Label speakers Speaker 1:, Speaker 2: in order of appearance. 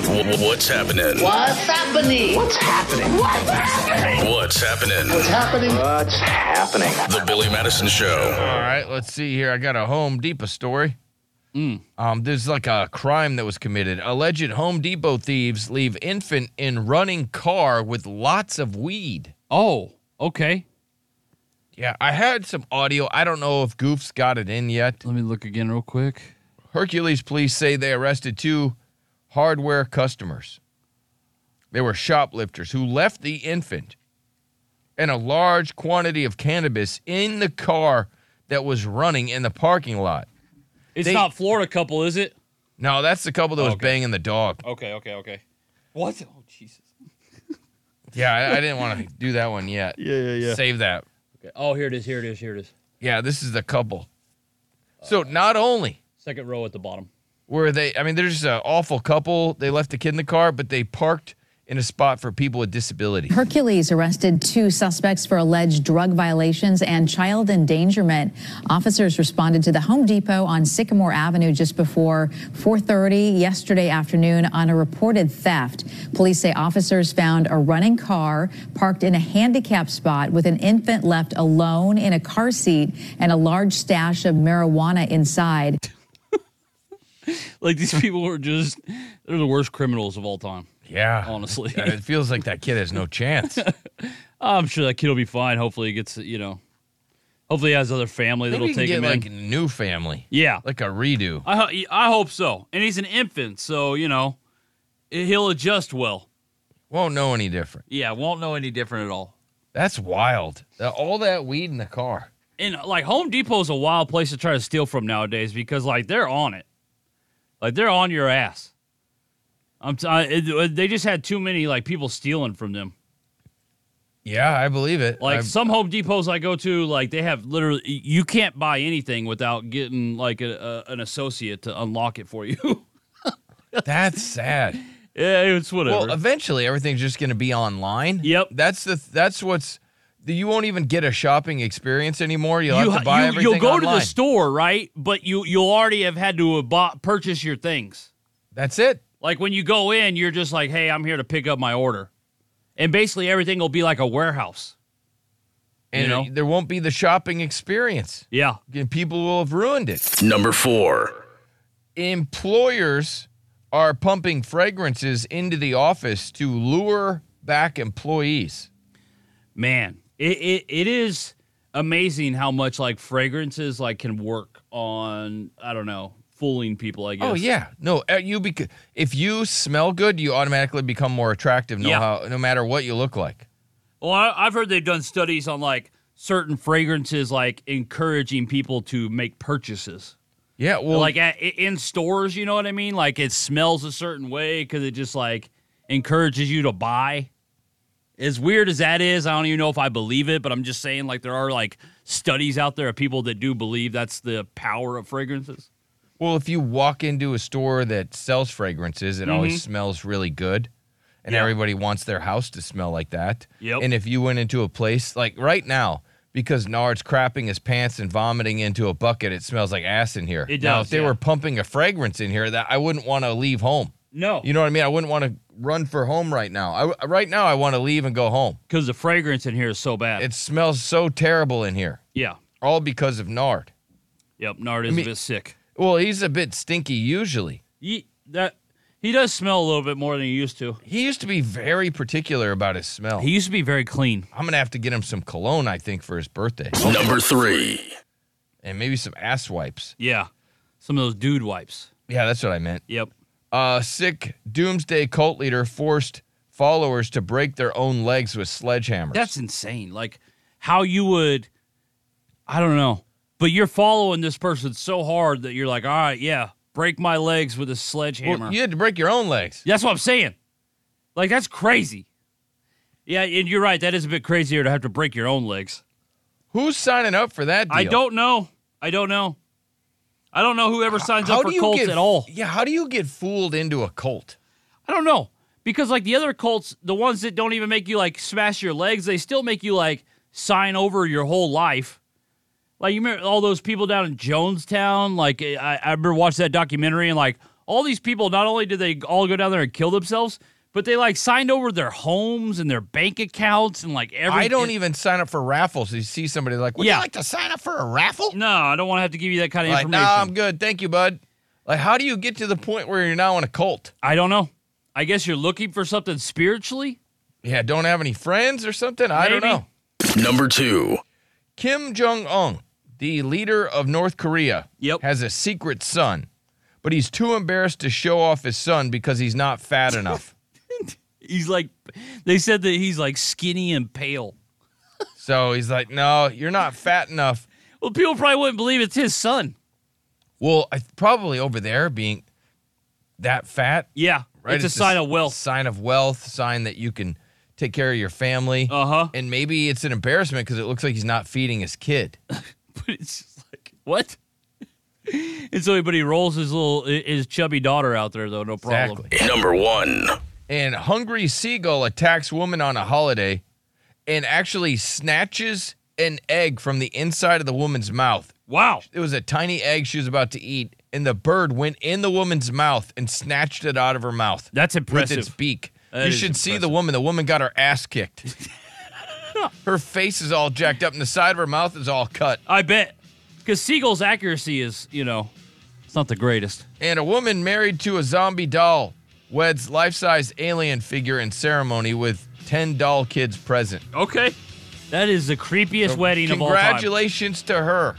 Speaker 1: What's happening?
Speaker 2: What's happening?
Speaker 3: What's happening? What's happening?
Speaker 1: What's happening?
Speaker 3: What's happening? What's happening?
Speaker 1: The Billy Madison Show.
Speaker 4: All right, let's see here. I got a Home Depot story. Um, there's like a crime that was committed. Alleged Home Depot thieves leave infant in running car with lots of weed.
Speaker 5: Oh, okay.
Speaker 4: Yeah, I had some audio. I don't know if Goof's got it in yet.
Speaker 5: Let me look again real quick.
Speaker 4: Hercules police say they arrested two hardware customers. They were shoplifters who left the infant and a large quantity of cannabis in the car that was running in the parking lot.
Speaker 5: It's
Speaker 4: They-
Speaker 5: not Florida couple, is it?
Speaker 4: No, that's the couple that was
Speaker 5: Oh, Okay.
Speaker 4: banging the dog.
Speaker 5: Okay, okay, okay. What? Oh, Jesus.
Speaker 4: Yeah, I, I didn't want to do that one yet.
Speaker 5: Yeah, yeah,
Speaker 4: Save that.
Speaker 5: Okay. Oh, here it is. Here it is. Here it is.
Speaker 4: Yeah, this is the couple. So not only
Speaker 5: Second row at the bottom.
Speaker 4: were they, I mean, they're just an awful couple. They left the kid in the car, but they parked in a spot for people with disabilities.
Speaker 6: Hercules arrested two suspects for alleged drug violations and child endangerment. Officers responded to the Home Depot on Sycamore Avenue just before 4:30 yesterday afternoon on a reported theft. Police say officers found a running car parked in a handicapped spot with an infant left alone in a car seat and a large stash of marijuana inside.
Speaker 5: Like these people were just, they're the worst criminals of all time.
Speaker 4: Yeah.
Speaker 5: Honestly.
Speaker 4: Yeah, It feels like that kid has no chance.
Speaker 5: I'm sure that kid will be fine. Hopefully he gets, you know, hopefully he has other family
Speaker 4: Maybe
Speaker 5: that'll
Speaker 4: you can
Speaker 5: take
Speaker 4: get
Speaker 5: him
Speaker 4: like
Speaker 5: in.
Speaker 4: a new family,
Speaker 5: Yeah.
Speaker 4: like a redo.
Speaker 5: I, ho- I hope so. And he's an infant, so, you know, he'll adjust well.
Speaker 4: Won't know any different.
Speaker 5: Yeah, won't know any different at all.
Speaker 4: That's wild. The- All that weed in the car.
Speaker 5: and uh, like Home Depot is a wild place to try to steal from nowadays because like they're on it, like they're on your ass. I'm t- I, it, uh, they just had too many like people stealing from them.
Speaker 4: Yeah, I believe it.
Speaker 5: Like
Speaker 4: I-
Speaker 5: some Home Depots I go to, like they have literally you can't buy anything without getting like a, a, an associate to unlock it for you.
Speaker 4: that's sad.
Speaker 5: yeah, it's whatever.
Speaker 4: Well, eventually everything's just going to be online.
Speaker 5: Yep.
Speaker 4: That's the that's what's the- you won't even get a shopping experience anymore. uh, You'll
Speaker 5: you,
Speaker 4: have to buy
Speaker 5: you,
Speaker 4: everything
Speaker 5: will go to
Speaker 4: online.
Speaker 5: the store, right? But you you'll already have had to have bought purchase your things.
Speaker 4: That's it.
Speaker 5: Like when you go in, you're just like, hey, I'm here to pick up my order. And basically everything will be like a warehouse.
Speaker 4: And
Speaker 5: know?
Speaker 4: there won't be the shopping experience.
Speaker 5: Yeah.
Speaker 4: And people will have ruined it.
Speaker 1: Number four.
Speaker 4: Employers are pumping fragrances into the office to lure back employees.
Speaker 5: Man, it, it, it is amazing how much like fragrances like can work on, I don't know, fooling people, I guess.
Speaker 4: Oh yeah, no. uh, You bec- if you smell good, you automatically become more attractive. No,
Speaker 5: Yeah.
Speaker 4: how, no matter what you look like.
Speaker 5: Well, I, I've heard they've done studies on like certain fragrances like encouraging people to make purchases.
Speaker 4: Yeah, well,
Speaker 5: like at, i- in stores, you know what I mean? Like it smells a certain way because it just like encourages you to buy. As weird as that is, I don't even know if I believe it, but I'm just saying like there are like studies out there of people that do believe that's the power of fragrances.
Speaker 4: Well, if you walk into a store that sells fragrances, it always smells really good. And
Speaker 5: Mm-hmm. Yeah.
Speaker 4: everybody wants their house to smell like that.
Speaker 5: Yep.
Speaker 4: And if you went into a place like right now, because Nard's crapping his pants and vomiting into a bucket, it smells like ass in here.
Speaker 5: It
Speaker 4: Now,
Speaker 5: does,
Speaker 4: if they
Speaker 5: yeah.
Speaker 4: were pumping a fragrance in here, that I wouldn't want to leave home.
Speaker 5: No,
Speaker 4: You know what I mean? I wouldn't want to run for home right now. I, right now, I want to leave and go home.
Speaker 5: because the fragrance in here is so bad.
Speaker 4: It smells so terrible in here,
Speaker 5: yeah,
Speaker 4: all because of Nard.
Speaker 5: yep. Nard is
Speaker 4: mean-
Speaker 5: a bit sick.
Speaker 4: Well, he's a bit stinky usually.
Speaker 5: He, that he does smell a little bit more than he used to.
Speaker 4: He used to be very particular about his smell.
Speaker 5: He used to be very clean.
Speaker 4: I'm gonna have to get him some cologne, I think, for his birthday,
Speaker 1: Number three.
Speaker 4: and maybe some ass wipes.
Speaker 5: Yeah, some of those dude wipes.
Speaker 4: Yeah, that's what I meant.
Speaker 5: Yep.
Speaker 4: Uh, sick doomsday cult leader forced followers to break their own legs with sledgehammers.
Speaker 5: That's insane. Like how you would, I don't know, but you're following this person so hard that you're like, all right, yeah, break my legs with a
Speaker 4: Well,
Speaker 5: sledgehammer.
Speaker 4: you had to break your own legs.
Speaker 5: That's what I'm saying. Like that's crazy. Yeah, and you're right. That is a bit crazier to have to break your own legs.
Speaker 4: Who's signing up for that? Deal?
Speaker 5: I don't know. I don't know. I don't know who ever signs
Speaker 4: How
Speaker 5: up
Speaker 4: do
Speaker 5: for
Speaker 4: you
Speaker 5: cults
Speaker 4: get,
Speaker 5: at all.
Speaker 4: Yeah, how do you get fooled into a cult?
Speaker 5: I don't know because like the other cults, the ones that don't even make you like smash your legs, they still make you like sign over your whole life. eh, Like you remember all those people down in Jonestown. Like I, I remember watching that documentary and like all these people, not only did they all go down there and kill themselves, but they like signed over their homes and their bank accounts and like every.
Speaker 4: I don't e-, even sign up for raffles. You see somebody like, would
Speaker 5: Yeah.
Speaker 4: you like to sign up for a raffle?
Speaker 5: No, I don't want to have to give you that kind of
Speaker 4: Like, no,
Speaker 5: information.
Speaker 4: I'm good. Thank you, bud. Like, how do you get to the point where you're now in a cult?
Speaker 5: I don't know. I guess you're looking for something spiritually.
Speaker 4: Yeah, don't have any friends or something? I don't
Speaker 5: Maybe.
Speaker 4: know.
Speaker 1: Number two.
Speaker 4: Kim Jong un, the leader of North Korea,
Speaker 5: Yep.
Speaker 4: has a secret son, but he's too embarrassed to show off his son because he's not fat enough.
Speaker 5: He's like, they said that he's like skinny and pale.
Speaker 4: so he's like, no, you're not fat enough.
Speaker 5: Well, people probably wouldn't believe it's his son.
Speaker 4: Well, I, probably over there being that fat.
Speaker 5: Yeah,
Speaker 4: Right?
Speaker 5: it's, a
Speaker 4: s-
Speaker 5: sign of wealth.
Speaker 4: Sign of wealth, sign that you can take care of your family.
Speaker 5: Uh huh.
Speaker 4: And maybe it's an embarrassment because it looks like he's not feeding his kid.
Speaker 5: But it's just like what? and so, but he rolls his little his chubby daughter out there though, no problem.
Speaker 4: Exactly.
Speaker 1: Number one.
Speaker 4: and hungry seagull attacks woman on a holiday and actually snatches an egg from the inside of the woman's mouth.
Speaker 5: Wow.
Speaker 4: It was a tiny egg she was about to eat, and the bird went in the woman's mouth and snatched it out of her mouth
Speaker 5: That's
Speaker 4: with
Speaker 5: impressive.
Speaker 4: its beak.
Speaker 5: That
Speaker 4: you
Speaker 5: is
Speaker 4: should see the
Speaker 5: impressive.
Speaker 4: woman. The woman got her ass kicked. her face is all jacked up, and the side of her mouth is all cut.
Speaker 5: I bet. Because Seagull's accuracy is, you know, it's not the greatest.
Speaker 4: And a woman married to a zombie doll weds life size alien figure in ceremony with 10 doll kids present.
Speaker 5: Okay. That is the creepiest wedding of all time.
Speaker 4: Congratulations to her.